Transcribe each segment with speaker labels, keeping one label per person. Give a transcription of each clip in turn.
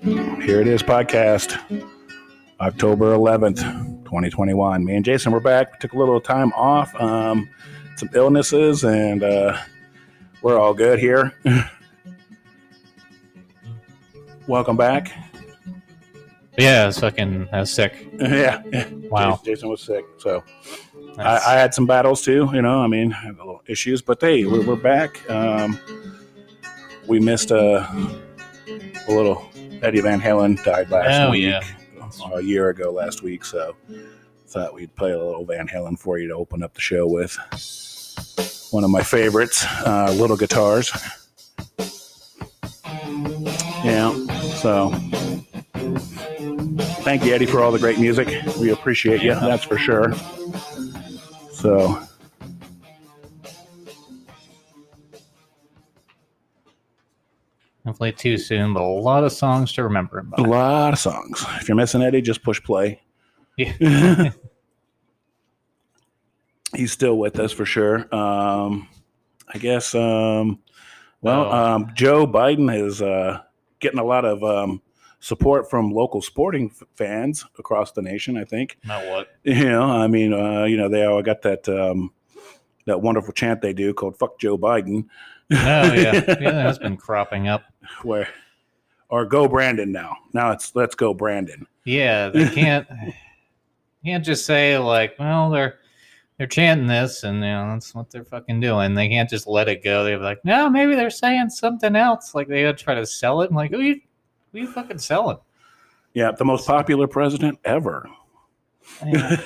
Speaker 1: Here it is podcast, October 11th, 2021. Me and Jason, we're back. We took a little time off, um, some illnesses, and uh, we're all good here. Welcome back.
Speaker 2: Yeah, I was fucking, I was sick.
Speaker 1: yeah.
Speaker 2: Wow.
Speaker 1: Jason, Jason was sick. So
Speaker 2: That's-
Speaker 1: I, I had some battles too, you know, I mean, I had a little issues, but hey, we're, we're back. Um, we missed uh, a, a little Eddie Van Halen died last
Speaker 2: oh
Speaker 1: week.
Speaker 2: yeah,
Speaker 1: a year ago last week, so thought we'd play a little Van Halen for you to open up the show with. One of my favorites, uh, Little Guitars. Yeah, so thank you, Eddie, for all the great music. We appreciate you, that's for sure. So,
Speaker 2: hopefully too soon, but a lot of songs to remember him
Speaker 1: a
Speaker 2: by.
Speaker 1: lot of songs. If you're missing Eddie, just push play.
Speaker 2: Yeah.
Speaker 1: He's still with us for sure. Um, I guess. Um, well,
Speaker 2: Oh.
Speaker 1: um, Joe Biden is uh, getting a lot of um, support from local sporting f- fans across the nation. I think.
Speaker 2: Not what?
Speaker 1: You know, I mean, uh, you know, they all got that um, that wonderful chant they do called "Fuck Joe Biden,"
Speaker 2: Oh yeah, yeah, that's been cropping up.
Speaker 1: where or "Go Brandon" now. Now it's "Let's Go Brandon."
Speaker 2: Yeah, they can't, can't just say like, well, they're they're chanting this, and you know that's what they're fucking doing. They can't just let it go. They're like, no, maybe they're saying something else. Like they gotta try to sell it. I'm like, who you, who you fucking selling?
Speaker 1: Yeah, the most popular president ever.
Speaker 2: Yeah.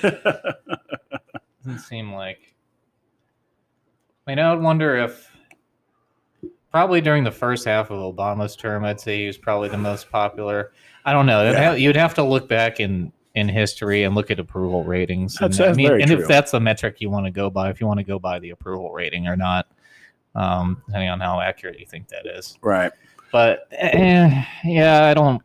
Speaker 2: Doesn't seem like. I mean, I would wonder if probably during the first half of Obama's term, I'd say he was probably the most popular. I don't know. That'd
Speaker 1: Yeah.
Speaker 2: ha- You'd have to look back in in history and look at approval ratings.
Speaker 1: That's-
Speaker 2: and I
Speaker 1: that's
Speaker 2: mean,
Speaker 1: very
Speaker 2: and
Speaker 1: true.
Speaker 2: if that's the metric you want to go by, if you want to go by the approval rating or not, um, depending on how accurate you think that is.
Speaker 1: right.
Speaker 2: But eh, yeah, I don't.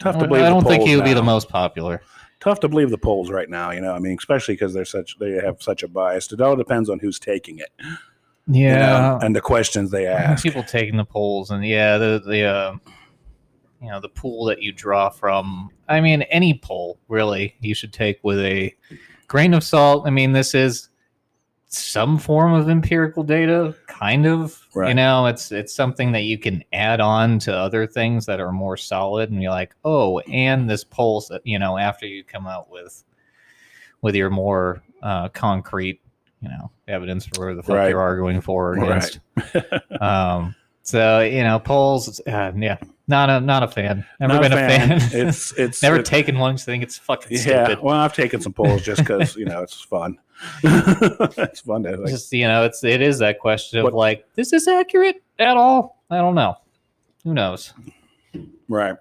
Speaker 1: Tough to
Speaker 2: I
Speaker 1: believe. the
Speaker 2: don't think
Speaker 1: polls
Speaker 2: he would be
Speaker 1: now.
Speaker 2: the most popular.
Speaker 1: tough to believe the polls right now. You know, I mean, especially because they're such they have such a bias. It all depends on who's taking it. you know, and the questions they ask.
Speaker 2: people taking the polls and yeah the the uh, you know the pool that you draw from i mean any poll really you should take with a grain of salt i mean this is some form of empirical data kind of
Speaker 1: Right.
Speaker 2: you know it's it's something that you can add on to other things that are more solid and you're like oh and this poll s- you know after you come out with with your more uh, concrete you know evidence for where the fuck
Speaker 1: Right.
Speaker 2: you're arguing for or
Speaker 1: Right.
Speaker 2: against um, so you know, polls. Uh, yeah, not a not a fan. Never
Speaker 1: Not
Speaker 2: been a fan.
Speaker 1: It's it's
Speaker 2: Never
Speaker 1: it's-
Speaker 2: taken one. 'cause I think it's fucking
Speaker 1: Yeah,
Speaker 2: stupid.
Speaker 1: well, I've taken some polls just because you know it's fun. it's fun to like,
Speaker 2: Just you know, it's it is that question of
Speaker 1: What-
Speaker 2: like, is this accurate at all? I don't know. Who knows?
Speaker 1: right.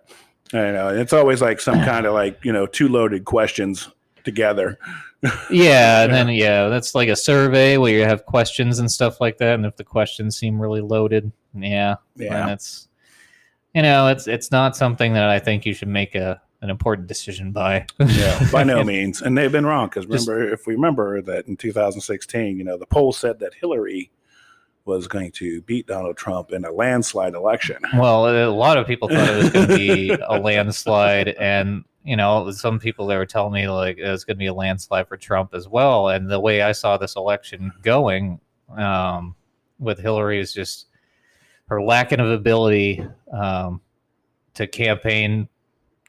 Speaker 1: I know it's always like some kind of like you know two loaded questions together.
Speaker 2: Yeah, and then yeah, that's like a survey where you have questions and stuff like that. And if the questions seem really loaded, yeah,
Speaker 1: Yeah,
Speaker 2: and it's you know, it's it's not something that I think you should make a an important decision by.
Speaker 1: yeah, by no means. And they've been wrong because
Speaker 2: Just-
Speaker 1: remember, if we remember that in 2016, you know, the poll said that Hillary was going to beat Donald Trump in a landslide election.
Speaker 2: Well, a lot of people thought it was going to be a landslide, and you know, some people they were telling me like it was going to be a landslide for Trump as well. And the way I saw this election going, um, with Hillary is just her lacking of ability um, to campaign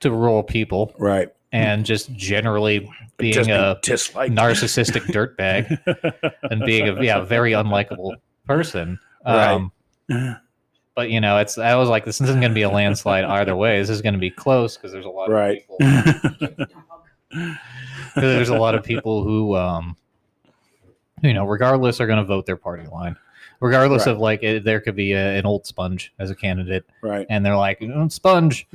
Speaker 2: to rural people,
Speaker 1: Right.
Speaker 2: and just generally being
Speaker 1: Just
Speaker 2: a
Speaker 1: disliked.
Speaker 2: narcissistic dirtbag and being a yeah very unlikable person. Um, but you know, it's I was like, this isn't going to be a landslide either way. This is going to be close because there's a lot
Speaker 1: Right.
Speaker 2: of people. 'cause there's a lot of people who, um, you know, regardless, are going to vote their party line. Regardless
Speaker 1: Right.
Speaker 2: of like, it, there could be a, an old sponge as a candidate,
Speaker 1: right.
Speaker 2: and they're like, "Mm, sponge.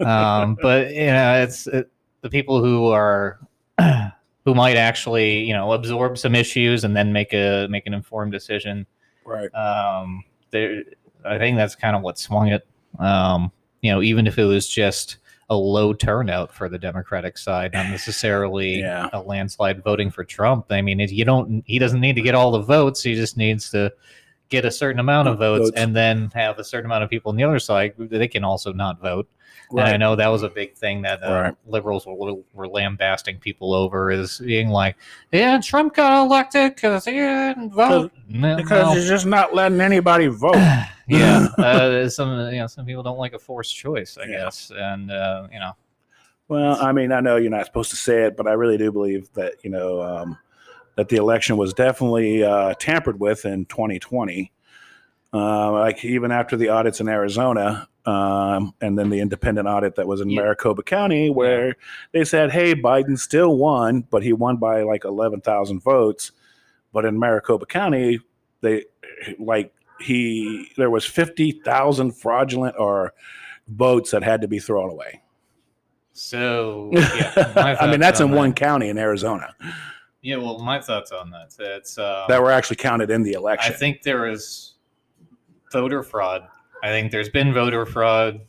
Speaker 2: Um, but you know, it's it, the people who are who might actually you know absorb some issues and then make a make an informed decision
Speaker 1: right.
Speaker 2: um, there, I think that's kind of what swung it. Um, you know, even if it was just a low turnout for the Democratic side, not necessarily
Speaker 1: Yeah.
Speaker 2: a landslide voting for Trump. I mean, it, you don't. He doesn't need to get all the votes. He just needs to get a certain amount of votes,
Speaker 1: Votes.
Speaker 2: and then have a certain amount of people on the other side they can also not vote. And I know that was a big thing that uh,
Speaker 1: Right.
Speaker 2: liberals were, were lambasting people over is being like, "Yeah, Trump got elected because he didn't vote." No,
Speaker 1: Because
Speaker 2: no.
Speaker 1: you're just not letting anybody vote.
Speaker 2: yeah, uh, some you know some people don't like a forced choice, I
Speaker 1: Yeah.
Speaker 2: guess, and uh, you know,
Speaker 1: well, I mean, I know you're not supposed to say it, but I really do believe that you know um, that the election was definitely uh, tampered with in 2020. Uh, like even after the audits in Arizona, um, and then the independent audit that was in
Speaker 2: Yeah.
Speaker 1: Maricopa County, where they said, "Hey, Biden still won, but he won by like 11,000 votes." But in Maricopa County, they like he there was 50,000 fraudulent or votes that had to be thrown away.
Speaker 2: so yeah, my
Speaker 1: I mean,
Speaker 2: thoughts
Speaker 1: that's in
Speaker 2: on
Speaker 1: one
Speaker 2: that-
Speaker 1: county in Arizona
Speaker 2: Yeah, well, my thoughts on that. It's um,
Speaker 1: that were actually counted in the
Speaker 2: I
Speaker 1: election.
Speaker 2: think there is voter fraud. I think there's been voter fraud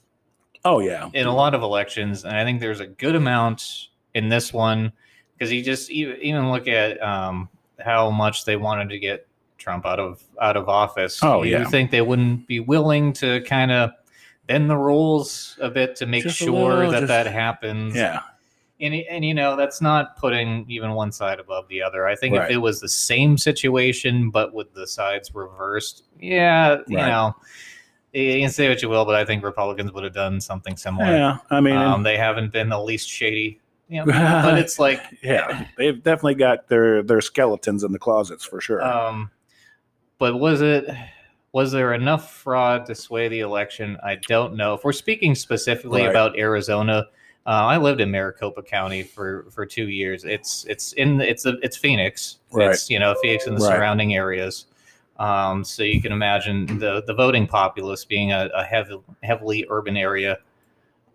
Speaker 1: oh yeah,
Speaker 2: in a lot of elections, and I think there's a good amount in this one because you just e- even look at um, how much they wanted to get Trump out of out of office.
Speaker 1: Oh,
Speaker 2: you
Speaker 1: yeah.
Speaker 2: think they wouldn't be willing to kind of bend the rules a bit to make
Speaker 1: Just a
Speaker 2: sure
Speaker 1: little,
Speaker 2: that
Speaker 1: just-
Speaker 2: that happens?
Speaker 1: yeah,
Speaker 2: and and you know that's not putting even one side above the other. I think
Speaker 1: Right.
Speaker 2: if it was the same situation but with the sides reversed, yeah, you
Speaker 1: Right.
Speaker 2: know, you can say what you will, but I think Republicans would have done something similar.
Speaker 1: yeah. I mean,
Speaker 2: um, they haven't been the least shady, you know, but it's like
Speaker 1: yeah, they've definitely got their their skeletons in the closets for sure.
Speaker 2: Um, but was it was there enough fraud to sway the election? I don't know. If we're speaking specifically
Speaker 1: Right.
Speaker 2: about Arizona, uh, I lived in Maricopa County for for two years. It's it's in it's a, it's Phoenix.
Speaker 1: Right.
Speaker 2: It's you know Phoenix and the
Speaker 1: Right.
Speaker 2: surrounding areas. Um, so you can imagine the the voting populace being a, a heavy, heavily urban area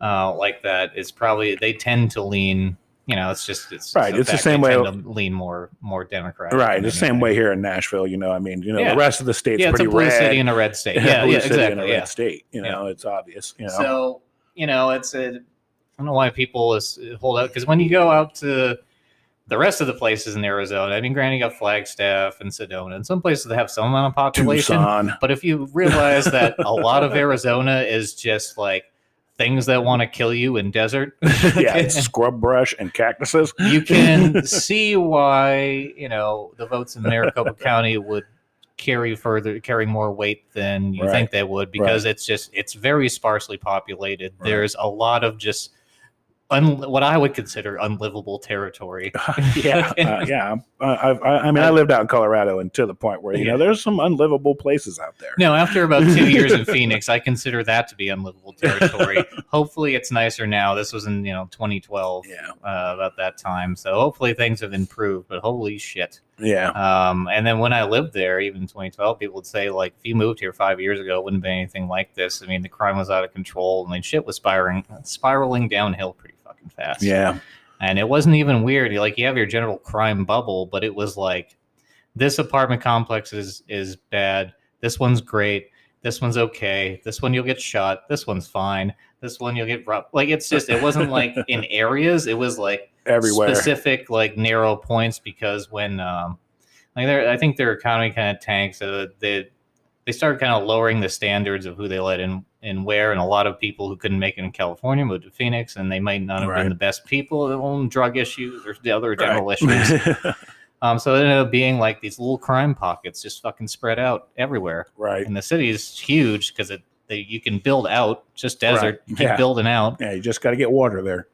Speaker 2: uh, like that is probably they tend to lean. You know, it's just it's
Speaker 1: Right,
Speaker 2: a
Speaker 1: it's the
Speaker 2: fact,
Speaker 1: same
Speaker 2: they
Speaker 1: way-
Speaker 2: tend to lean more more Democratic.
Speaker 1: right,
Speaker 2: than
Speaker 1: the same
Speaker 2: anything
Speaker 1: way here in Nashville. You know, I mean, you know,
Speaker 2: Yeah.
Speaker 1: the rest of the state's
Speaker 2: yeah, it's a
Speaker 1: pretty
Speaker 2: blue
Speaker 1: red.
Speaker 2: city and a red state. Yeah,
Speaker 1: blue
Speaker 2: yeah,
Speaker 1: city and a
Speaker 2: exactly.
Speaker 1: red
Speaker 2: Yeah.
Speaker 1: state. You know, it's obvious. You know,
Speaker 2: So you know, it's a, I don't know why people is, hold out because when you go out to the rest of the places in Arizona, I mean, granted, you got Flagstaff and Sedona, and some places that have some amount of population.
Speaker 1: Tucson.
Speaker 2: But if you realize that a lot of Arizona is just like things that want to kill you in desert,
Speaker 1: yeah, it's scrub brush and cactuses.
Speaker 2: you can see why you know the votes in Maricopa County would carry further carry more weight than you
Speaker 1: Right.
Speaker 2: think they would because it's just it's very sparsely populated.
Speaker 1: Right.
Speaker 2: There's a lot of just un, what I would consider unlivable territory.
Speaker 1: yeah, uh, yeah. I, I, I mean, I lived out in Colorado, and to the point where you know there's some unlivable places out there.
Speaker 2: No, after about two years in Phoenix, I consider that to be unlivable territory. Hopefully, it's nicer now. This was in you know 2012,
Speaker 1: Yeah,
Speaker 2: uh, about that time. So hopefully things have improved. But holy shit,
Speaker 1: yeah,
Speaker 2: Um, and then when I lived there, even in 2012, people would say, like, if you moved here five years ago, it wouldn't be anything like this. I mean, the crime was out of control and then shit was spiraling, spiraling downhill pretty fucking fast.
Speaker 1: yeah.
Speaker 2: And it wasn't even weird. Like, you have your general crime bubble, but it was like, this apartment complex is, is bad. This one's great. This one's okay. This one you'll get shot. This one's fine. This one you'll get robbed. Like, it's just, it wasn't like in areas. It was like,
Speaker 1: Everywhere.
Speaker 2: specific like narrow points because when um like their I think their economy kind of tanked so they they started kind of lowering the standards of who they let in and where and a lot of people who couldn't make it in California moved to Phoenix and they might not have
Speaker 1: Right.
Speaker 2: been the best people their own drug issues or the other general
Speaker 1: Right.
Speaker 2: issues um so it ended up being like these little crime pockets just fucking spread out everywhere
Speaker 1: right.
Speaker 2: and the city is huge because it they, you can build out just desert
Speaker 1: Right.
Speaker 2: you keep
Speaker 1: Yeah.
Speaker 2: building out
Speaker 1: Yeah, you just got to get water there.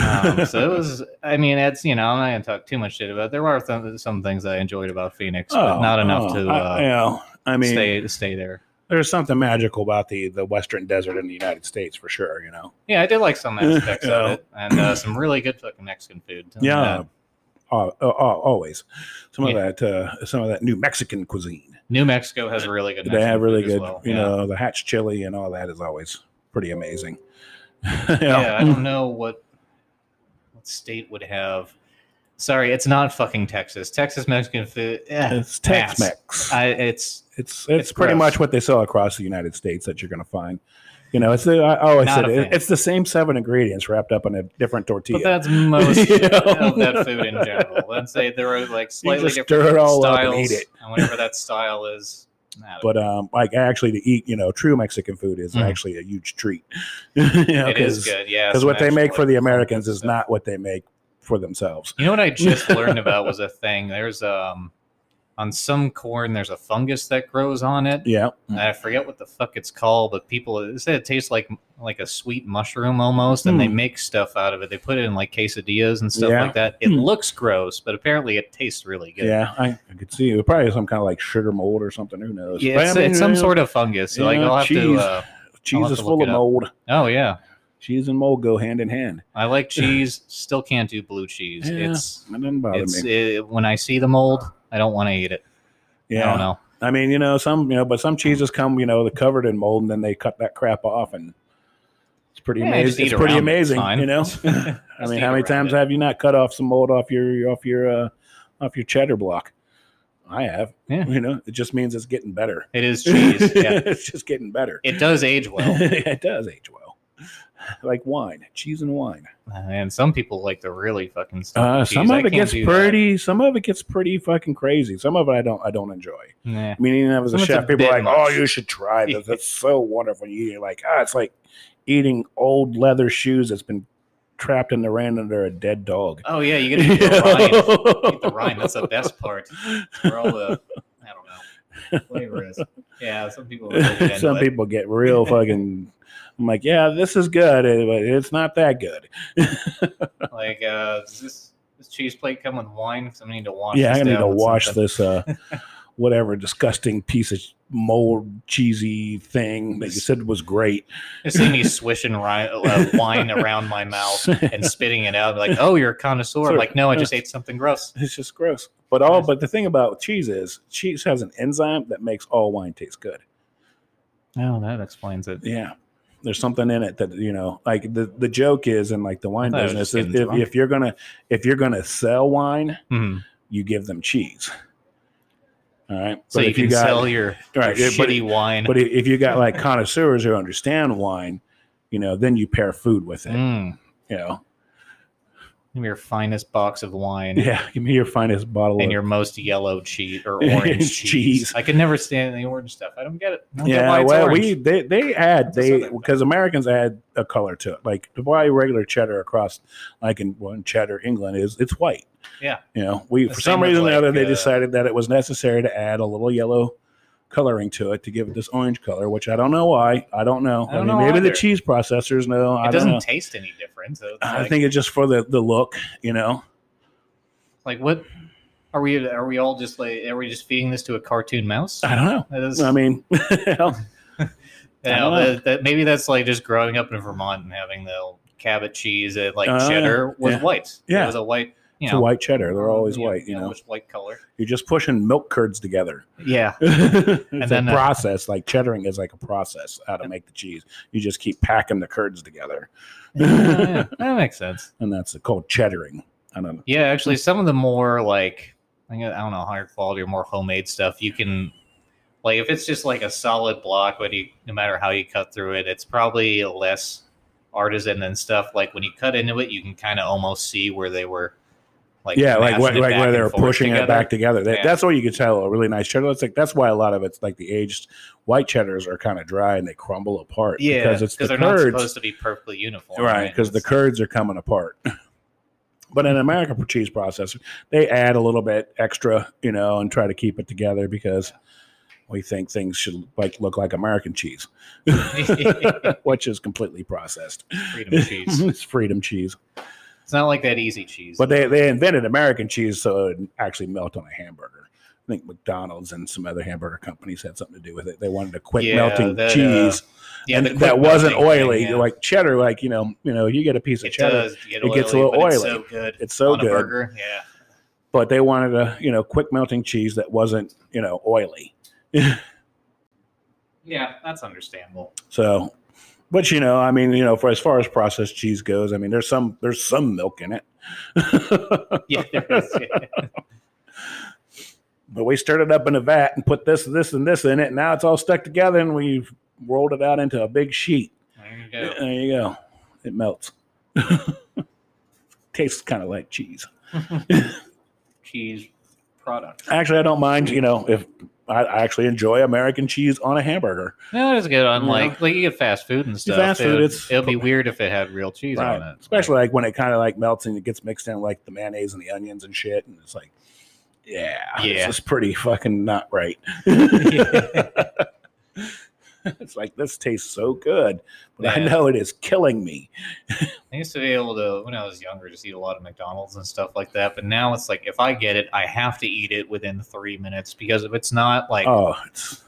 Speaker 2: um, so it was. I mean, it's you know, I'm not gonna talk too much shit about. It. There are some some things I enjoyed about Phoenix, but not enough
Speaker 1: oh,
Speaker 2: to uh,
Speaker 1: I, you know, I mean,
Speaker 2: stay stay there.
Speaker 1: there's something magical about the the western desert in the United States for sure. You know.
Speaker 2: Yeah, I did like some aspects
Speaker 1: Yeah.
Speaker 2: of it, and uh, some really good fucking Mexican food. And,
Speaker 1: Yeah.
Speaker 2: uh,
Speaker 1: Oh, oh, oh, always some
Speaker 2: Yeah.
Speaker 1: of that uh, some of that new Mexican cuisine.
Speaker 2: New Mexico has really good.
Speaker 1: they
Speaker 2: Mexican
Speaker 1: have really
Speaker 2: food as
Speaker 1: good,
Speaker 2: well.
Speaker 1: you
Speaker 2: yeah.
Speaker 1: know, the hatch chili and all that is always pretty amazing.
Speaker 2: Yeah. I don't know what what state would have. Sorry, it's not fucking Texas. Texas Mexican food. Eh,
Speaker 1: It's Tex-Mex.
Speaker 2: I it's
Speaker 1: it's it's,
Speaker 2: it's
Speaker 1: pretty
Speaker 2: gross.
Speaker 1: much what they sell across the United States that you're going to find. You know, it's the I always
Speaker 2: Not
Speaker 1: said
Speaker 2: a
Speaker 1: it,
Speaker 2: fan.
Speaker 1: it's the same seven ingredients wrapped up in a different tortilla.
Speaker 2: but that's most
Speaker 1: You know?
Speaker 2: of that food in general. Let's say there are like slightly
Speaker 1: just
Speaker 2: different
Speaker 1: stir it all up
Speaker 2: styles,
Speaker 1: and eat it.
Speaker 2: and whatever that style is, No,
Speaker 1: But um, like actually to eat, you know, true Mexican food is
Speaker 2: Mhm.
Speaker 1: actually a huge treat. you know,
Speaker 2: it is
Speaker 1: because
Speaker 2: good. Yeah,
Speaker 1: because
Speaker 2: some
Speaker 1: what they
Speaker 2: actual,
Speaker 1: make for the
Speaker 2: like,
Speaker 1: Americans
Speaker 2: good
Speaker 1: is
Speaker 2: stuff.
Speaker 1: not what they make for themselves.
Speaker 2: You know what I just learned about was a thing. There's um on some corn there's a fungus that grows on it.
Speaker 1: Yeah,
Speaker 2: And I forget what the fuck it's called, but people they say it tastes like like a sweet mushroom almost, and they
Speaker 1: Hmm.
Speaker 2: make stuff out of it. They put it in like quesadillas and stuff
Speaker 1: Yeah.
Speaker 2: like that. It
Speaker 1: Hmm.
Speaker 2: looks gross, but apparently it tastes really good.
Speaker 1: yeah, I, I could see it. Probably some kind of like sugar mold or something. Who knows?
Speaker 2: Yeah,
Speaker 1: But
Speaker 2: it's,
Speaker 1: I mean,
Speaker 2: it's
Speaker 1: you
Speaker 2: some
Speaker 1: know,
Speaker 2: sort of fungus. So like
Speaker 1: yeah,
Speaker 2: I'll have
Speaker 1: cheese.
Speaker 2: to. Uh, I'll
Speaker 1: Cheese
Speaker 2: have
Speaker 1: is
Speaker 2: to
Speaker 1: full of
Speaker 2: look it up.
Speaker 1: mold.
Speaker 2: oh yeah,
Speaker 1: Cheese and mold go hand in hand.
Speaker 2: I like cheese. Still can't do blue cheese.
Speaker 1: Yeah,
Speaker 2: It's
Speaker 1: That doesn't bother
Speaker 2: it's
Speaker 1: me.
Speaker 2: it, when I see the mold, I don't want to eat it. I
Speaker 1: yeah,
Speaker 2: don't know.
Speaker 1: I mean, you know, some, you know, but some cheeses come, you know, they're covered in mold, and then they cut that crap off, and it's pretty
Speaker 2: Yeah, just
Speaker 1: amazing.
Speaker 2: eat
Speaker 1: It's pretty
Speaker 2: around it. It's
Speaker 1: amazing,
Speaker 2: fine.
Speaker 1: you know.
Speaker 2: Just
Speaker 1: I mean,
Speaker 2: eat
Speaker 1: how many
Speaker 2: around
Speaker 1: times
Speaker 2: it.
Speaker 1: have you not cut off some mold off your off your uh, off your cheddar block? I have.
Speaker 2: Yeah.
Speaker 1: You know, it just means it's getting better.
Speaker 2: It is cheese. yeah,
Speaker 1: it's just getting better.
Speaker 2: it does age well.
Speaker 1: it does age well, like wine, cheese and wine.
Speaker 2: And some people like the really fucking stuff.
Speaker 1: Uh, some of it gets pretty. Some of it gets pretty fucking crazy. Some of it I don't. I don't enjoy.
Speaker 2: Nah.
Speaker 1: I mean, even as a
Speaker 2: Some of it's
Speaker 1: chef,
Speaker 2: a
Speaker 1: people are like,
Speaker 2: bit
Speaker 1: "Oh,
Speaker 2: much."
Speaker 1: you should try this. It's so wonderful." You're like, "Ah, it's like eating old leather shoes that's been trapped in the rain under a dead dog."
Speaker 2: Oh yeah, you get to eat the rind. Eat the rind. That's the best part. It's Where all the I don't know flavor is. Yeah, some people. Are really into
Speaker 1: Some
Speaker 2: it.
Speaker 1: people get real fucking. I'm like, yeah, this is good, eh, but it's not that good.
Speaker 2: like uh, does this this cheese plate come with wine? Because I need to wash.
Speaker 1: yeah,
Speaker 2: this
Speaker 1: I need
Speaker 2: down
Speaker 1: to
Speaker 2: with
Speaker 1: wash
Speaker 2: something.
Speaker 1: this, uh, whatever disgusting piece of mold cheesy thing that you said was great.
Speaker 2: Just see me swishing ri- uh, wine around my mouth and spitting it out. Like, oh, you're a connoisseur.
Speaker 1: Sure.
Speaker 2: I'm like, no, I just ate something gross.
Speaker 1: It's just gross. But all
Speaker 2: Yes.
Speaker 1: but the thing about cheese is cheese has an enzyme that makes all wine taste good.
Speaker 2: Oh, that explains it.
Speaker 1: Yeah. There's something in it that you know, like the, the joke is in like the wine
Speaker 2: I thought it
Speaker 1: business,
Speaker 2: was just
Speaker 1: is
Speaker 2: getting
Speaker 1: if, if you're gonna if you're gonna sell wine,
Speaker 2: Hmm.
Speaker 1: you give them cheese. All right.
Speaker 2: So
Speaker 1: But
Speaker 2: you
Speaker 1: if
Speaker 2: can
Speaker 1: got-
Speaker 2: sell your,
Speaker 1: Right,
Speaker 2: your
Speaker 1: yeah, but-
Speaker 2: shitty wine.
Speaker 1: but i- if you got like connoisseurs who understand wine, you know, then you pair food with it.
Speaker 2: Mm.
Speaker 1: You know.
Speaker 2: Give me your finest box of wine
Speaker 1: Yeah, give me your finest bottle
Speaker 2: and
Speaker 1: of
Speaker 2: your most yellow cheese or orange cheese.
Speaker 1: Cheese.
Speaker 2: I could never stand the orange stuff. I don't get it. I don't get
Speaker 1: Yeah,
Speaker 2: why it's
Speaker 1: well,
Speaker 2: orange.
Speaker 1: we they they add
Speaker 2: That's a
Speaker 1: they
Speaker 2: southern thing.
Speaker 1: because Americans add a color to it. Like to buy regular cheddar across, like in well, in cheddar England is it's white.
Speaker 2: Yeah.
Speaker 1: you know, we
Speaker 2: The
Speaker 1: for
Speaker 2: same
Speaker 1: some
Speaker 2: with,
Speaker 1: reason or
Speaker 2: like,
Speaker 1: another they
Speaker 2: uh,
Speaker 1: decided that it was necessary to add a little yellow coloring to it to give it this orange color, which I don't know why. I don't know.
Speaker 2: I
Speaker 1: I,
Speaker 2: don't
Speaker 1: mean,
Speaker 2: know
Speaker 1: maybe
Speaker 2: either.
Speaker 1: the cheese processors know. I
Speaker 2: it
Speaker 1: don't
Speaker 2: doesn't
Speaker 1: know.
Speaker 2: taste any different. So it's
Speaker 1: I
Speaker 2: like-
Speaker 1: think it's just for the the look, you know.
Speaker 2: like what are we? Are we all just like? Are we just feeding this to a cartoon mouse?
Speaker 1: I don't know.
Speaker 2: That is-
Speaker 1: I mean,
Speaker 2: You
Speaker 1: I
Speaker 2: know,
Speaker 1: don't know.
Speaker 2: that, that maybe that's like just growing up in Vermont and having the Cabot cheese and like
Speaker 1: Oh, yeah.
Speaker 2: cheddar was
Speaker 1: Yeah.
Speaker 2: white.
Speaker 1: Yeah.
Speaker 2: it was a white. You
Speaker 1: it's
Speaker 2: know,
Speaker 1: a white cheddar. They're always
Speaker 2: yeah,
Speaker 1: white, you
Speaker 2: yeah,
Speaker 1: know.
Speaker 2: which white color.
Speaker 1: You're just pushing milk curds together.
Speaker 2: Yeah,
Speaker 1: it's
Speaker 2: then,
Speaker 1: a
Speaker 2: uh,
Speaker 1: process. like cheddaring is like a process how to make the cheese. You just keep packing the curds together,
Speaker 2: yeah, that makes sense.
Speaker 1: and that's called cheddaring. I don't know.
Speaker 2: Yeah, actually, some of the more like I think- I don't know higher quality or more homemade stuff you can. Like if it's just like a solid block, but you no matter how you cut through it, it's probably less artisan and stuff. Like when you cut into it, you can kind of almost see where they were, like
Speaker 1: yeah, like what,
Speaker 2: mashing it
Speaker 1: like
Speaker 2: back
Speaker 1: where
Speaker 2: and
Speaker 1: they're
Speaker 2: forth
Speaker 1: pushing it
Speaker 2: together.
Speaker 1: back together. That,
Speaker 2: Yeah.
Speaker 1: That's where you can tell a really nice cheddar. It's like that's why a lot of it's like the aged white cheddars are kind of dry and they crumble apart.
Speaker 2: Yeah,
Speaker 1: because it's the
Speaker 2: they're not
Speaker 1: curds,
Speaker 2: supposed to be perfectly uniform,
Speaker 1: right? Because the curds are coming apart. But in American for cheese processor, they add a little bit extra, you know, and try to keep it together because we think things should like look like American cheese.
Speaker 2: the
Speaker 1: which is completely processed.
Speaker 2: freedom cheese.
Speaker 1: it's freedom cheese.
Speaker 2: It's not like that easy cheese.
Speaker 1: But they, they invented American cheese so it would actually melt on a hamburger. I think McDonald's and some other hamburger companies had something to do with it. They wanted a quick
Speaker 2: Yeah,
Speaker 1: melting
Speaker 2: that, uh,
Speaker 1: cheese
Speaker 2: yeah,
Speaker 1: and
Speaker 2: the
Speaker 1: that
Speaker 2: quick
Speaker 1: wasn't
Speaker 2: melting thing,
Speaker 1: oily.
Speaker 2: yeah.
Speaker 1: Like cheddar, like you know, you know, you get a piece of
Speaker 2: it
Speaker 1: cheddar,
Speaker 2: does. Get
Speaker 1: it gets a
Speaker 2: oily,
Speaker 1: little oily.
Speaker 2: but it's so good
Speaker 1: it's so
Speaker 2: on a
Speaker 1: good.
Speaker 2: burger. Yeah,
Speaker 1: But they wanted a you know quick melting cheese that wasn't you know oily.
Speaker 2: yeah, that's understandable.
Speaker 1: So, but you know, I mean, you know, for as far as processed cheese goes, I mean, there's some there's some milk in it.
Speaker 2: Yeah, there is, yeah.
Speaker 1: but we stirred it up in a vat and put this, this, and this in it. Now it's all stuck together, and we've rolled it out into a big sheet.
Speaker 2: there you go.
Speaker 1: There you go. It melts. Tastes kind of like cheese.
Speaker 2: Cheese product.
Speaker 1: Actually, I don't mind. You know, if I, I actually enjoy American cheese on a hamburger.
Speaker 2: No, it's good. On
Speaker 1: Yeah.
Speaker 2: like, like you get fast food and stuff.
Speaker 1: fast food,
Speaker 2: it,
Speaker 1: it's-
Speaker 2: it'll be weird if it had real cheese
Speaker 1: Right.
Speaker 2: on it.
Speaker 1: Especially like when it kind of like melts and it gets mixed in like the mayonnaise and the onions and shit. And it's like, yeah,
Speaker 2: Yeah.
Speaker 1: this is pretty fucking not right.
Speaker 2: Yeah.
Speaker 1: it's like, this tastes so good, but I
Speaker 2: Yeah.
Speaker 1: know it is killing me.
Speaker 2: I used to be able to when I was younger just eat a lot of McDonald's and stuff like that. But now it's like if I get it, I have to eat it within three minutes because if it's not like
Speaker 1: Oh, it's.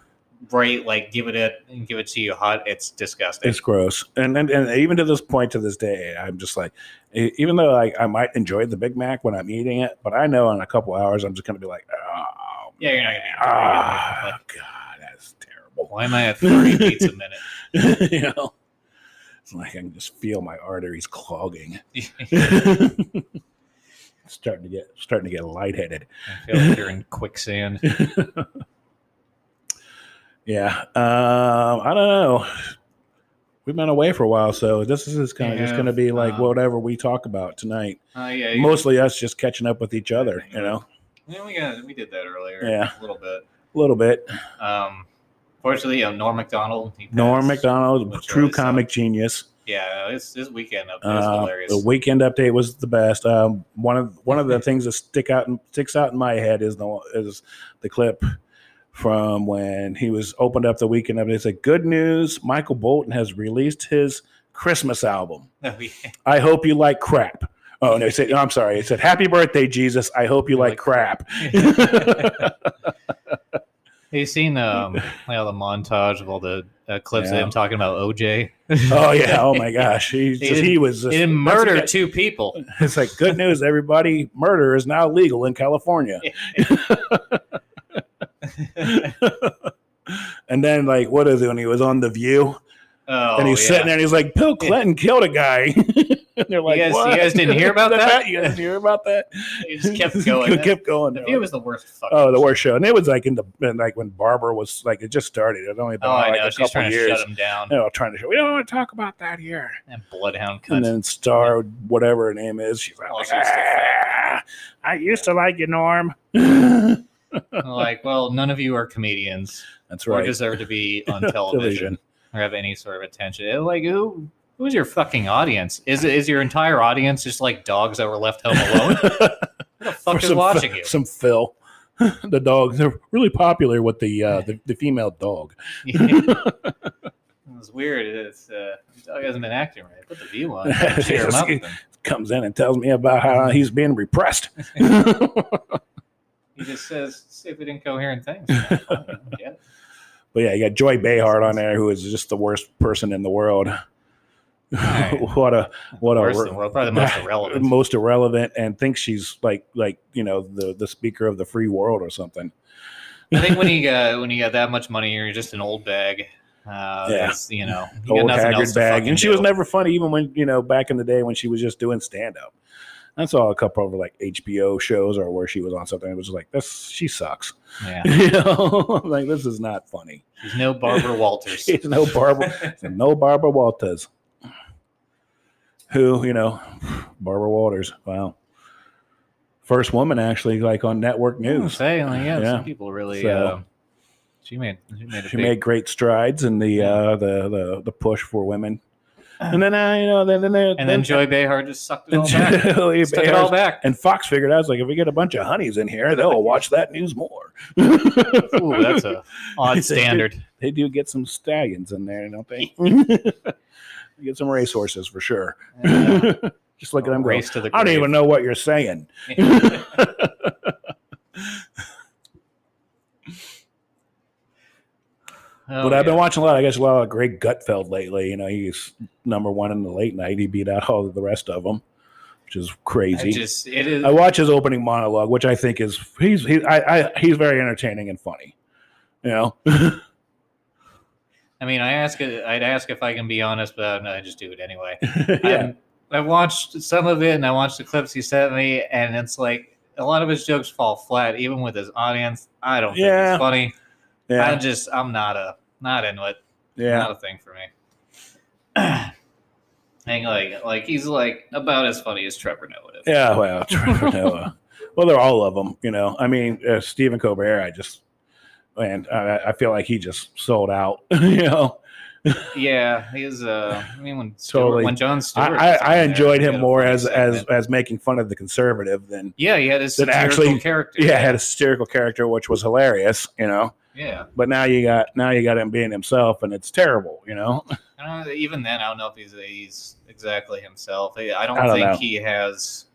Speaker 2: right, like give it it and give it to you hot, it's disgusting.
Speaker 1: It's gross, and, and and even to this point, to this day, I'm just like, e- even though like I might enjoy the Big Mac when I'm eating it, but I know in a couple hours I'm just gonna be like, oh,
Speaker 2: yeah, you're not gonna eat it.
Speaker 1: ah,
Speaker 2: Like,
Speaker 1: god, that's terrible.
Speaker 2: why am I at thirty beats a minute?
Speaker 1: you know, it's like I can just feel my arteries clogging.
Speaker 2: I
Speaker 1: starting to get starting to get lightheaded.
Speaker 2: feel like you're in quicksand.
Speaker 1: Yeah, um, I don't know. We've been away for a while, so this is kind of just
Speaker 2: Yeah,
Speaker 1: gonna be like
Speaker 2: um,
Speaker 1: whatever we talk about tonight.
Speaker 2: Oh yeah, you-
Speaker 1: mostly us just catching up with each other, you know,
Speaker 2: yeah, we got we did that earlier.
Speaker 1: Yeah.
Speaker 2: a little bit.
Speaker 1: a little bit.
Speaker 2: Um, fortunately, you know, Norm Macdonald. he
Speaker 1: Norm
Speaker 2: passed.
Speaker 1: McDonald,
Speaker 2: Which
Speaker 1: true
Speaker 2: is, uh,
Speaker 1: comic genius.
Speaker 2: Yeah, this this weekend up there is
Speaker 1: Uh,
Speaker 2: hilarious.
Speaker 1: the weekend update was the best. Um, one of one of the things that stick out and sticks out in my head is the is the clip from when he was opened up the weekend update. It's like good news. Michael Bolton has released his Christmas album.
Speaker 2: Oh, yeah.
Speaker 1: I hope you like crap. Oh no, he said, no, I'm sorry. It said, "Happy birthday, Jesus. I hope you
Speaker 2: You
Speaker 1: like,
Speaker 2: like
Speaker 1: crap."
Speaker 2: Have you seen um, you know, the montage of all the uh, clips
Speaker 1: Yeah.
Speaker 2: of him talking about OJ?
Speaker 1: oh yeah. Oh my gosh. He, just, he was just
Speaker 2: He didn't
Speaker 1: that's the
Speaker 2: murder
Speaker 1: guy-
Speaker 2: two people.
Speaker 1: It's like good news, everybody. Murder is now legal in California. and then, like, what is it when he was on the View
Speaker 2: Oh,
Speaker 1: and he's
Speaker 2: yeah.
Speaker 1: sitting there and he's like, "Bill Clinton killed a guy." and they're like,
Speaker 2: guys- you
Speaker 1: "What?"
Speaker 2: guys didn't hear about that?
Speaker 1: You guys didn't hear about that?
Speaker 2: He just kept going.
Speaker 1: It kept going.
Speaker 2: The
Speaker 1: They're
Speaker 2: View
Speaker 1: like,
Speaker 2: was the worst. Fucking
Speaker 1: oh, the worst show, and it was like in the and, like when Barbara was like it just started. It only been
Speaker 2: Oh, I
Speaker 1: like
Speaker 2: know.
Speaker 1: a
Speaker 2: She's
Speaker 1: couple
Speaker 2: trying
Speaker 1: years.
Speaker 2: to shut him down.
Speaker 1: You know, trying to show we don't want to talk about that here.
Speaker 2: And bloodhound cunt.
Speaker 1: and then Star, whatever her name is, she's like,
Speaker 2: Oh, she's the-
Speaker 1: "Ah, I used to like you, Norm. That's
Speaker 2: like, well, none of you are comedians or
Speaker 1: right.
Speaker 2: deserve to be on television or have any sort of attention. It- Like, who? Who's your fucking audience? Is it is your entire audience just like dogs that were left home alone? Who
Speaker 1: For
Speaker 2: the fuck is
Speaker 1: some,
Speaker 2: watching you?
Speaker 1: Some Phil. the dogs are really popular with the uh, the, the female dog.
Speaker 2: it was weird. It's uh, dog hasn't been acting right. Put the view on. Cheer him up. then.
Speaker 1: Comes in and tells me about how he's being repressed. but
Speaker 2: He just says stupid incoherent things. yeah.
Speaker 1: yeah, you got Joy Behar on there, who is just the worst person in the world.
Speaker 2: right.
Speaker 1: what a what
Speaker 2: Worst
Speaker 1: a
Speaker 2: in the world, probably the most irrelevant.
Speaker 1: most irrelevant and thinks she's like like you know the the speaker of the free world or something.
Speaker 2: I think when he got when he got that much money, you're just an old bag. Uh,
Speaker 1: Yeah.
Speaker 2: it's, you know, you got
Speaker 1: Old
Speaker 2: nothing else
Speaker 1: haggard
Speaker 2: to
Speaker 1: bag,
Speaker 2: fucking
Speaker 1: and she was
Speaker 2: do.
Speaker 1: never funny even when you know back in the day when she was just doing stand up. That's all a couple of like HBO shows or where she was on something. It was just like this. She sucks.
Speaker 2: Yeah,
Speaker 1: You know, like this is not funny.
Speaker 2: she's no Barbara Walters.
Speaker 1: She's no Barbara, no Barbara Walters. Who you know, Barbara Walters. Wow, first woman actually like on network
Speaker 2: I'm
Speaker 1: news.
Speaker 2: saying, like, yeah,
Speaker 1: Yeah.
Speaker 2: some people really.
Speaker 1: So-
Speaker 2: um, she made she made a
Speaker 1: she
Speaker 2: big
Speaker 1: made great strides in the uh, the, the the push for women. And then uh, you know, then then they-
Speaker 2: and then Joy Behar just sucked
Speaker 1: then
Speaker 2: it all back.
Speaker 1: Joey
Speaker 2: Sucked it
Speaker 1: Behar-
Speaker 2: all back.
Speaker 1: and Fox figured out, it's like, if we get a bunch of honeys in here, they'll watch that news more.
Speaker 2: Ooh, that's a odd standard.
Speaker 1: they do get some stallions in there, don't they? They get some racehorses for sure.
Speaker 2: Yeah.
Speaker 1: Just look at them go.
Speaker 2: Uh, race to the
Speaker 1: I don't
Speaker 2: grave.
Speaker 1: even know what you're saying.
Speaker 2: Oh,
Speaker 1: but I've been
Speaker 2: yeah.
Speaker 1: watching a lot. I guess a lot of Greg Gutfeld lately. You know, he's number one in the late night. He beat out all of the rest of them, which is crazy.
Speaker 2: I just it is.
Speaker 1: I watch his opening monologue, which I think is he's he, I, I he's very entertaining and funny. You know,
Speaker 2: I mean, I ask it. I'd ask if I can be honest, but I just do it anyway.
Speaker 1: yeah,
Speaker 2: I'm- I watched some of it, and I watched the clips he sent me, and it's like a lot of his jokes fall flat, even with his audience. I don't think
Speaker 1: Yeah.
Speaker 2: it's funny. I'm
Speaker 1: yeah,
Speaker 2: just, I'm not a, not into it.
Speaker 1: yeah.
Speaker 2: Not a thing for me. and like, like he's like about as funny as Trevor Noah. is.
Speaker 1: Yeah, well, Trevor Noah. Well, they're all of them, you know. I mean, uh, Stephen Colbert, I just and I, I feel like he just sold out. you know,
Speaker 2: Yeah, he's. Uh, I mean, when Stewart,
Speaker 1: Totally.
Speaker 2: when John
Speaker 1: I, I,
Speaker 2: Stewart, was on
Speaker 1: I
Speaker 2: there,
Speaker 1: enjoyed
Speaker 2: he
Speaker 1: him
Speaker 2: had a
Speaker 1: more
Speaker 2: funny
Speaker 1: as as
Speaker 2: segment.
Speaker 1: as making fun of the conservative than
Speaker 2: yeah, he had his
Speaker 1: that
Speaker 2: satirical
Speaker 1: actually-
Speaker 2: character.
Speaker 1: yeah had a satirical character, which was hilarious. You know,
Speaker 2: yeah.
Speaker 1: but now you got now you got him being himself, and it's terrible. You know,
Speaker 2: I don't know, uh, even then, I don't know if he's he's exactly himself. I I don't,
Speaker 1: I don't
Speaker 2: think
Speaker 1: know.
Speaker 2: he has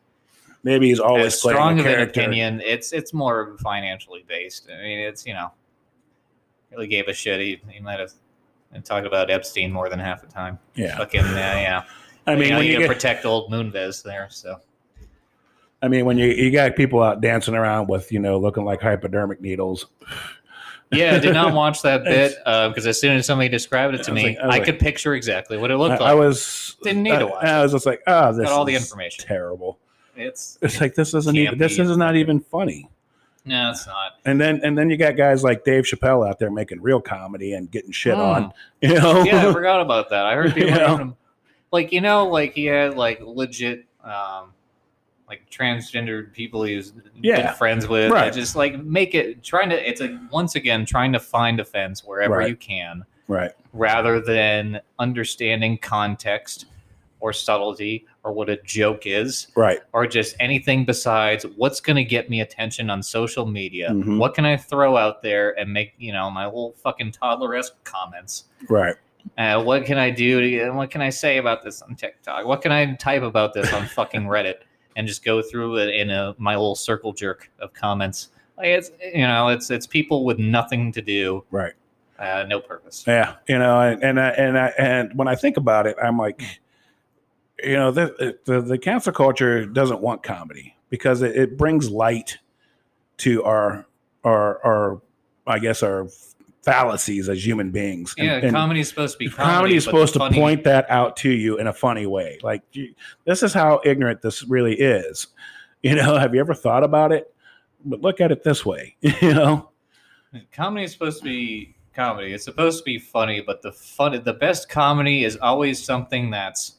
Speaker 1: maybe he's always
Speaker 2: as
Speaker 1: playing
Speaker 2: strong
Speaker 1: a
Speaker 2: of an
Speaker 1: character.
Speaker 2: opinion. It's it's more financially based. I mean, it's you know, really gave a shit. He, he might have been talking about Epstein more than half the time.
Speaker 1: Yeah,
Speaker 2: Fucking uh, yeah.
Speaker 1: I mean,
Speaker 2: you, know,
Speaker 1: when
Speaker 2: you
Speaker 1: you
Speaker 2: gotta
Speaker 1: get,
Speaker 2: protect old Moonves there. So
Speaker 1: I mean, when you you got people out dancing around with you know looking like hypodermic needles.
Speaker 2: yeah, I did not watch that bit
Speaker 1: It's-
Speaker 2: because as soon as somebody described it to
Speaker 1: I was
Speaker 2: me,
Speaker 1: like- I was
Speaker 2: I
Speaker 1: like-
Speaker 2: could picture exactly what it
Speaker 1: I,
Speaker 2: looked
Speaker 1: I
Speaker 2: like.
Speaker 1: was
Speaker 2: Didn't need
Speaker 1: I,
Speaker 2: to watch
Speaker 1: I was just like, oh, this
Speaker 2: Got all the
Speaker 1: is
Speaker 2: information.
Speaker 1: terrible.
Speaker 2: It's
Speaker 1: It's like this isn't even this
Speaker 2: Campy.
Speaker 1: is not even funny.
Speaker 2: no, it's not.
Speaker 1: And then and then you got guys like Dave Chappelle out there making real comedy and getting shit
Speaker 2: Hmm.
Speaker 1: on. You know,
Speaker 2: yeah, I forgot about that. I heard people
Speaker 1: Yeah.
Speaker 2: having- like you know, like he had like legit, um, like transgendered people he was
Speaker 1: Yeah.
Speaker 2: good friends with.
Speaker 1: Right.
Speaker 2: Just like make it trying to. It's a once again trying to find offense wherever
Speaker 1: Right.
Speaker 2: you can,
Speaker 1: right?
Speaker 2: rather than understanding context or subtlety or what a joke is
Speaker 1: Right.
Speaker 2: or just anything besides what's going to get me attention on social media.
Speaker 1: Mhm.
Speaker 2: What can I throw out there and make you know my little fucking toddler esque comments?
Speaker 1: Right.
Speaker 2: Uh, what can I do? To, what can I say about this on TikTok? What can I type about this on fucking Reddit? And just go through it in a, my little circle jerk of comments. Like it's you know it's it's people with nothing to do,
Speaker 1: Right.
Speaker 2: uh, no purpose.
Speaker 1: Yeah. You know, and and I, and I, and when I think about it, I'm like, you know, the the, the cancel culture doesn't want comedy because it, it brings light to our our our I guess our fallacies as human beings. And-
Speaker 2: Yeah,
Speaker 1: and-
Speaker 2: comedy's supposed to be comedy.
Speaker 1: comedy is
Speaker 2: but
Speaker 1: supposed
Speaker 2: funny-
Speaker 1: to point that out to you in a funny way like you, this is how ignorant this really is you know have you ever thought about it but look at it this way you know
Speaker 2: Comedy is supposed to be comedy. It's supposed to be funny, but the fun, the best comedy is always something that's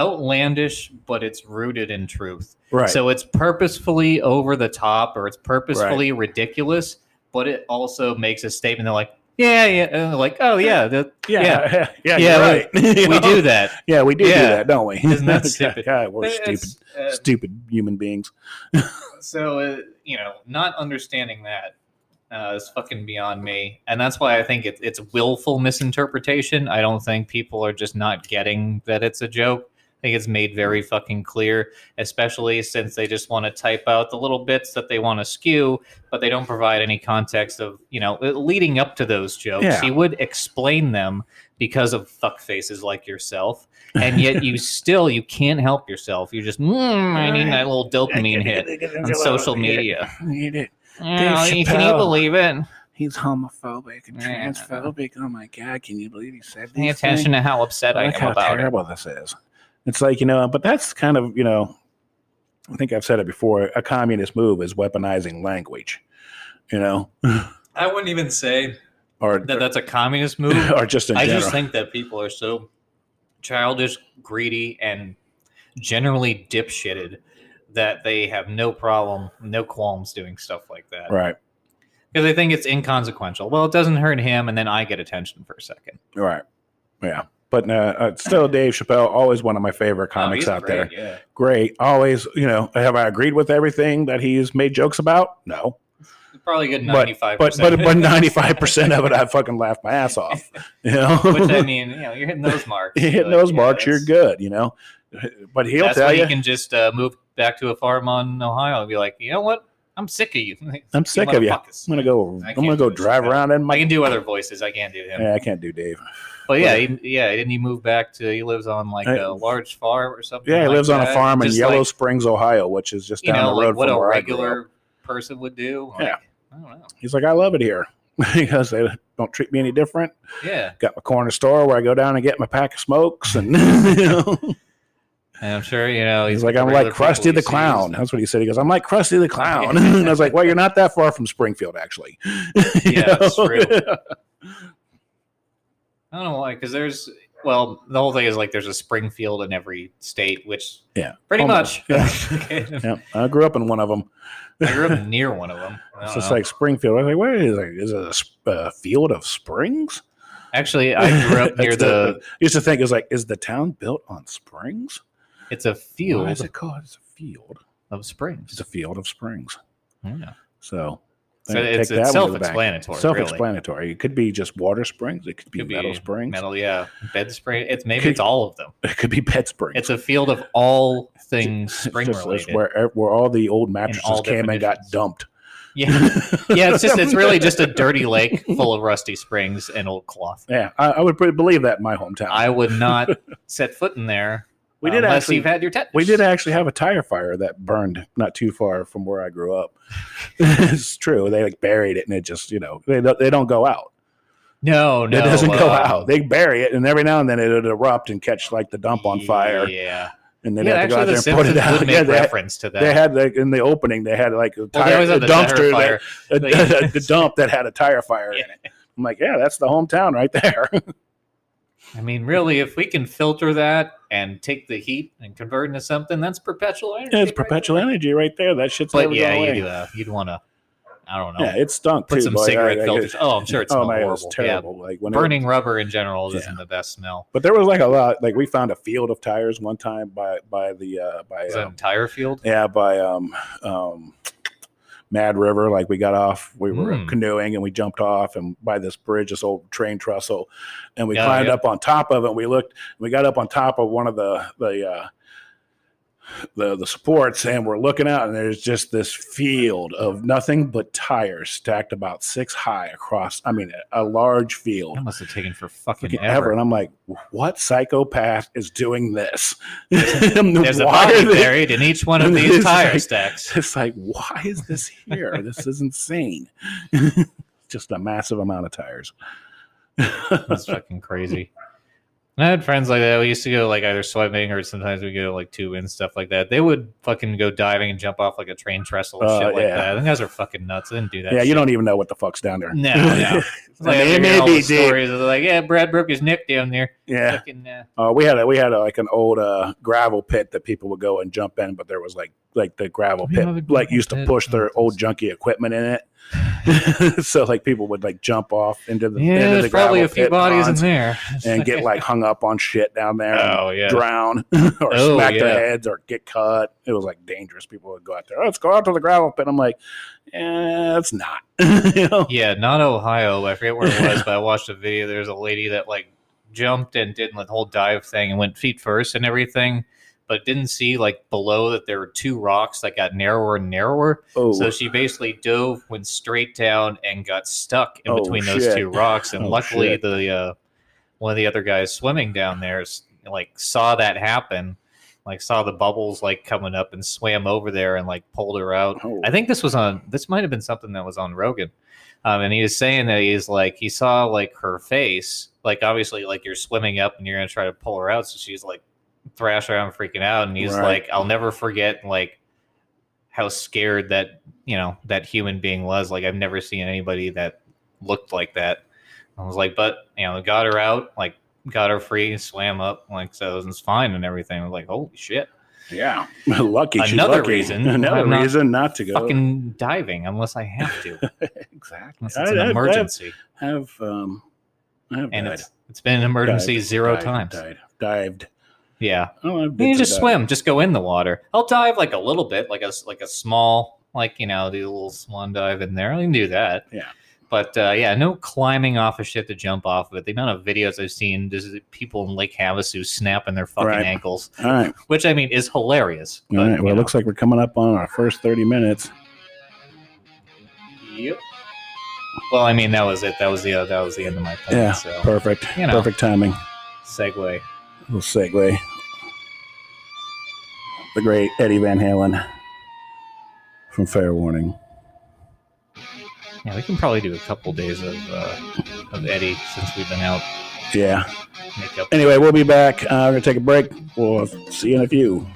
Speaker 2: outlandish, but it's rooted in truth.
Speaker 1: right
Speaker 2: So it's purposefully over the top or it's purposefully ridiculous, but it also makes a statement. They're like, yeah, yeah, and they're like, oh yeah, that
Speaker 1: yeah yeah yeah,
Speaker 2: Yeah,
Speaker 1: you're
Speaker 2: we-
Speaker 1: right You
Speaker 2: we
Speaker 1: know?
Speaker 2: do that.
Speaker 1: yeah we do do
Speaker 2: Yeah.
Speaker 1: that don't we
Speaker 2: Isn't that stupid?
Speaker 1: God, we're stupid
Speaker 2: It's, uh,
Speaker 1: stupid human beings
Speaker 2: so uh, you know, not understanding that uh, is fucking beyond me, and that's why I think it, it's willful misinterpretation. I don't think people are just not getting that it's a joke. I think it's made very fucking clear, especially since they just want to type out the little bits that they want to skew, but they don't provide any context of you know uh, leading up to those jokes.
Speaker 1: Yeah.
Speaker 2: He would explain them because of fuck faces like yourself, and yet you still you can't help yourself. You're just mm, I need that little dopamine hit on social media.
Speaker 1: Need it.
Speaker 2: Yeah,
Speaker 1: Dave
Speaker 2: you- can you
Speaker 1: Chappelle.
Speaker 2: believe it?
Speaker 1: he's homophobic and
Speaker 2: Yeah.
Speaker 1: transphobic oh my god can you believe he said these
Speaker 2: Pay
Speaker 1: things?
Speaker 2: attention to how upset I
Speaker 1: Look
Speaker 2: am
Speaker 1: how
Speaker 2: about it.
Speaker 1: terrible this is. It's like you know, but that's kind of you know, I think I've said it before. A communist move is weaponizing language, you know,
Speaker 2: I wouldn't even say
Speaker 1: or
Speaker 2: that that's a communist move.
Speaker 1: or just in
Speaker 2: I
Speaker 1: general.
Speaker 2: just think that people are so childish, greedy, and generally dipshitted that they have no problem, no qualms doing stuff like that because
Speaker 1: right,
Speaker 2: they think it's inconsequential. Well, it doesn't hurt him, and then I get attention for a second.
Speaker 1: right, yeah. But uh, uh, still, Dave Chappelle always one of my
Speaker 2: Oh,
Speaker 1: favorite comics out there.
Speaker 2: Yeah.
Speaker 1: Great, always. You know, have I agreed with everything that he's made jokes about? No,
Speaker 2: Probably a good
Speaker 1: But-
Speaker 2: ninety-five.
Speaker 1: but but but ninety five percent of it, I fucking laughed my ass off. You know,
Speaker 2: Which I mean, you know, you're hitting those marks.
Speaker 1: you hit
Speaker 2: but,
Speaker 1: those
Speaker 2: yeah,
Speaker 1: marks, you're
Speaker 2: that's-
Speaker 1: good. You know, but he'll
Speaker 2: That's
Speaker 1: tell
Speaker 2: why you
Speaker 1: you.
Speaker 2: can just uh, move back to a farm on Ohio and be like, you know what? I'm sick of you. You
Speaker 1: I'm sick of you. I'm
Speaker 2: motherfuckers."
Speaker 1: gonna go.
Speaker 2: I
Speaker 1: I'm
Speaker 2: can't
Speaker 1: gonna go
Speaker 2: do this
Speaker 1: drive
Speaker 2: shit.
Speaker 1: around in
Speaker 2: I
Speaker 1: my.
Speaker 2: can do other voices. I can't do him.
Speaker 1: Yeah, I can't do Dave.
Speaker 2: But yeah, he, yeah, didn't he move back to? He lives on like
Speaker 1: I-
Speaker 2: a large farm or something.
Speaker 1: Yeah, he
Speaker 2: like
Speaker 1: lives on a
Speaker 2: that.
Speaker 1: farm in
Speaker 2: uh, Just
Speaker 1: Yellow
Speaker 2: like,
Speaker 1: Springs, Ohio, which is just
Speaker 2: you
Speaker 1: down
Speaker 2: know,
Speaker 1: the road
Speaker 2: like what
Speaker 1: from
Speaker 2: a
Speaker 1: where I grew up.
Speaker 2: regular person would do. Like,
Speaker 1: Yeah.
Speaker 2: I don't know.
Speaker 1: He's like, I love it here because they don't treat me any different.
Speaker 2: Yeah,
Speaker 1: Got my corner store where I go down and get my pack of smokes, and you know,
Speaker 2: and I'm sure you know
Speaker 1: he's like, I'm like Krusty the Clown. That's what he said. He goes, I'm like Krusty the Clown, and I was like, Well, you're not that far from Springfield, actually. You
Speaker 2: Yeah, that's
Speaker 1: know?
Speaker 2: true. I don't know why, because there's well, the whole thing is like there's a Springfield in every state, which
Speaker 1: Yeah.
Speaker 2: pretty
Speaker 1: Almost.
Speaker 2: much.
Speaker 1: Yeah, I grew up in one of them.
Speaker 2: I grew up near one of them. I
Speaker 1: It's
Speaker 2: don't
Speaker 1: just
Speaker 2: know.
Speaker 1: like Springfield. I was like, where is it? Is it a sp- uh, field of springs?
Speaker 2: Actually, I grew up near
Speaker 1: That's
Speaker 2: the.
Speaker 1: I used to think it was like, is the town built on springs?
Speaker 2: It's a
Speaker 1: Why is
Speaker 2: field
Speaker 1: it called? It's a field.
Speaker 2: of
Speaker 1: It's
Speaker 2: springs.
Speaker 1: a field of springs.
Speaker 2: Yeah.
Speaker 1: So,
Speaker 2: So
Speaker 1: take that one to
Speaker 2: it's, it's
Speaker 1: the bank.
Speaker 2: self-explanatory. Self-explanatory.
Speaker 1: Self-explanatory. It could be just water springs. It could be
Speaker 2: Could be
Speaker 1: metal springs.
Speaker 2: Metal, yeah. Bed spring. It's maybe
Speaker 1: Could-
Speaker 2: it's all of them.
Speaker 1: It could be pet springs.
Speaker 2: It's a field of all things
Speaker 1: It's
Speaker 2: spring
Speaker 1: just- it's
Speaker 2: related.
Speaker 1: where e, where all the old mattresses
Speaker 2: all
Speaker 1: came and got
Speaker 2: definitions.
Speaker 1: dumped.
Speaker 2: yeah, yeah. It's just it's really just a dirty lake full of rusty springs and old cloth.
Speaker 1: yeah, I, I would pretty believe that in my hometown.
Speaker 2: I would not set foot in there.
Speaker 1: we did
Speaker 2: unless
Speaker 1: actually
Speaker 2: you've had your tetanus.
Speaker 1: we did actually have a tire fire that burned not too far from where I grew up. it's true. They like buried it and it just you know they don't, they don't go out.
Speaker 2: No, no.
Speaker 1: it doesn't go
Speaker 2: uh,
Speaker 1: out. They bury it and every now and then it would erupt and catch like the dump on fire
Speaker 2: Yeah.
Speaker 1: and then
Speaker 2: yeah,
Speaker 1: they have to go
Speaker 2: actually,
Speaker 1: out there
Speaker 2: the
Speaker 1: and put
Speaker 2: Simpsons
Speaker 1: it out.
Speaker 2: would make
Speaker 1: Yeah, they,
Speaker 2: reference to that.
Speaker 1: they had like in the opening they had like a
Speaker 2: well, they
Speaker 1: tire
Speaker 2: always
Speaker 1: a
Speaker 2: had the tire
Speaker 1: dumpster that
Speaker 2: fire.
Speaker 1: a,
Speaker 2: They-
Speaker 1: a- the dump that had a tire fire in it. I'm like, yeah, that's the hometown right there.
Speaker 2: I mean, really, if we can filter that and take the heat and convert it into something, that's perpetual energy.
Speaker 1: it's
Speaker 2: right
Speaker 1: perpetual
Speaker 2: there.
Speaker 1: energy right there. That shit's never
Speaker 2: But yeah,
Speaker 1: going
Speaker 2: you'd,
Speaker 1: away.
Speaker 2: uh, you'd want to, I don't know,
Speaker 1: Yeah, it stunk
Speaker 2: put
Speaker 1: too.
Speaker 2: some
Speaker 1: but I-
Speaker 2: cigarette
Speaker 1: I- I-
Speaker 2: filters. Oh, I'm sure it's
Speaker 1: oh
Speaker 2: smelled
Speaker 1: man, it was
Speaker 2: horrible. Yeah,
Speaker 1: terrible. Like when it-
Speaker 2: burning rubber in general
Speaker 1: Yeah.
Speaker 2: isn't the best smell.
Speaker 1: but there was like a lot. Like we found a field of tires one time by by the uh, by
Speaker 2: Is that
Speaker 1: um,
Speaker 2: an tire field?
Speaker 1: yeah by um um. Mad River, like we got off, we were
Speaker 2: Mm.
Speaker 1: canoeing and we jumped off and by this bridge, this old train trestle, and we
Speaker 2: Yeah,
Speaker 1: climbed
Speaker 2: yeah.
Speaker 1: up on top of it. We looked, we got up on top of one of the the uh, the the supports, and we're looking out, and there's just this field of nothing but tires stacked about six high across. I mean, a, a large field.
Speaker 2: That must have taken for fucking
Speaker 1: Fucking
Speaker 2: ever.
Speaker 1: ever. And I'm like, what psychopath is doing this? There's
Speaker 2: There's a body buried in each one of
Speaker 1: It's
Speaker 2: these tire
Speaker 1: like-
Speaker 2: stacks.
Speaker 1: it's like, why is this here? this is insane. Just a massive amount of tires.
Speaker 2: That's fucking crazy. And I had friends like that. We used to go like either swimming or sometimes we go like tubing and stuff like that. They would fucking go diving and jump off like a train trestle and
Speaker 1: Uh,
Speaker 2: shit like
Speaker 1: yeah.
Speaker 2: that. And guys are fucking nuts. They didn't do that.
Speaker 1: yeah, you
Speaker 2: shit.
Speaker 1: don't even know what the fuck's down there.
Speaker 2: No, no. It's Like,
Speaker 1: I mean,
Speaker 2: I
Speaker 1: it
Speaker 2: hear
Speaker 1: may
Speaker 2: all
Speaker 1: be
Speaker 2: the
Speaker 1: deep.
Speaker 2: stories. They're like, yeah, Brad broke his neck down there.
Speaker 1: yeah,
Speaker 2: Fucking, uh,
Speaker 1: uh, we had a, we had a, like an old uh, gravel pit that people would go and jump in, but there was like like the gravel
Speaker 2: We
Speaker 1: pit
Speaker 2: have a
Speaker 1: like used to
Speaker 2: gravel pit.
Speaker 1: push their old junky equipment in it. so like people would like jump off into the
Speaker 2: yeah,
Speaker 1: into
Speaker 2: there's
Speaker 1: the
Speaker 2: probably
Speaker 1: gravel
Speaker 2: a few
Speaker 1: pit
Speaker 2: bodies in
Speaker 1: ponds
Speaker 2: there.
Speaker 1: and get like hung up on shit down there. and
Speaker 2: oh yeah,
Speaker 1: drown or
Speaker 2: Oh,
Speaker 1: smack their
Speaker 2: yeah.
Speaker 1: heads or get cut. It was like dangerous. People would go out there. "Oh, Let's go out to the gravel pit. I'm like, eh, it's not. you know?
Speaker 2: yeah, not Ohio. I forget where it was, but I watched a video. There's a lady that like jumped and did the whole dive thing and went feet first and everything, but didn't see like below that there were two rocks that got narrower and narrower.
Speaker 1: Oh,
Speaker 2: So she basically dove, went straight down, and got stuck in
Speaker 1: Oh,
Speaker 2: between those
Speaker 1: shit.
Speaker 2: two rocks. And
Speaker 1: Oh,
Speaker 2: luckily,
Speaker 1: shit.
Speaker 2: the uh, one of the other guys swimming down there s- like saw that happen, like saw the bubbles like coming up and swam over there and like pulled her out.
Speaker 1: oh.
Speaker 2: I think this was on. This might have been something that was on Rogan, um, and he was saying that he's like he saw like her face, like obviously like you're swimming up and you're gonna try to pull her out, so she's like thrash around freaking out, and he's
Speaker 1: Right.
Speaker 2: like, I'll never forget like how scared that you know that human being was. Like I've never seen anybody that looked like that. I was like, but you know, got her out, like got her free, swam up, like so it was fine and everything. I was like, holy shit.
Speaker 1: yeah. Lucky. she's
Speaker 2: Another
Speaker 1: lucky.
Speaker 2: reason
Speaker 1: Another
Speaker 2: I'm not
Speaker 1: reason not to go.
Speaker 2: Fucking diving unless I have to.
Speaker 1: exactly.
Speaker 2: Unless
Speaker 1: I,
Speaker 2: it's an
Speaker 1: I- I
Speaker 2: emergency.
Speaker 1: have. Um, I have
Speaker 2: and
Speaker 1: died.
Speaker 2: it's it's been an emergency
Speaker 1: Dived,
Speaker 2: zero
Speaker 1: dived,
Speaker 2: times.
Speaker 1: Dived. dived.
Speaker 2: Yeah,
Speaker 1: Oh, I've
Speaker 2: you
Speaker 1: been
Speaker 2: just
Speaker 1: to dive.
Speaker 2: swim, just go in the water. I'll dive like a little bit, like a s- like a small, like you know, do a little swan dive in there. I can do that.
Speaker 1: Yeah.
Speaker 2: But uh, yeah, no climbing off of shit to jump off of it. The amount of videos I've seen, this is people in Lake Havasu snapping their fucking
Speaker 1: Right.
Speaker 2: ankles,
Speaker 1: All right.
Speaker 2: which I mean is hilarious.
Speaker 1: All right. Well, it looks like we're coming up on our first 30 minutes.
Speaker 2: Yep. Well, I mean that was it. That was the uh, that was the end of my point.
Speaker 1: Yeah.
Speaker 2: So
Speaker 1: Perfect.
Speaker 2: You know.
Speaker 1: Perfect timing.
Speaker 2: segue.
Speaker 1: little segue. The great Eddie Van Halen from Fair Warning.
Speaker 2: Yeah, we can probably do a couple days of uh, of Eddie since we've been out
Speaker 1: Yeah.
Speaker 2: makeup.
Speaker 1: Anyway, we'll be back. Uh, we're going to take a break. We'll see you in a few.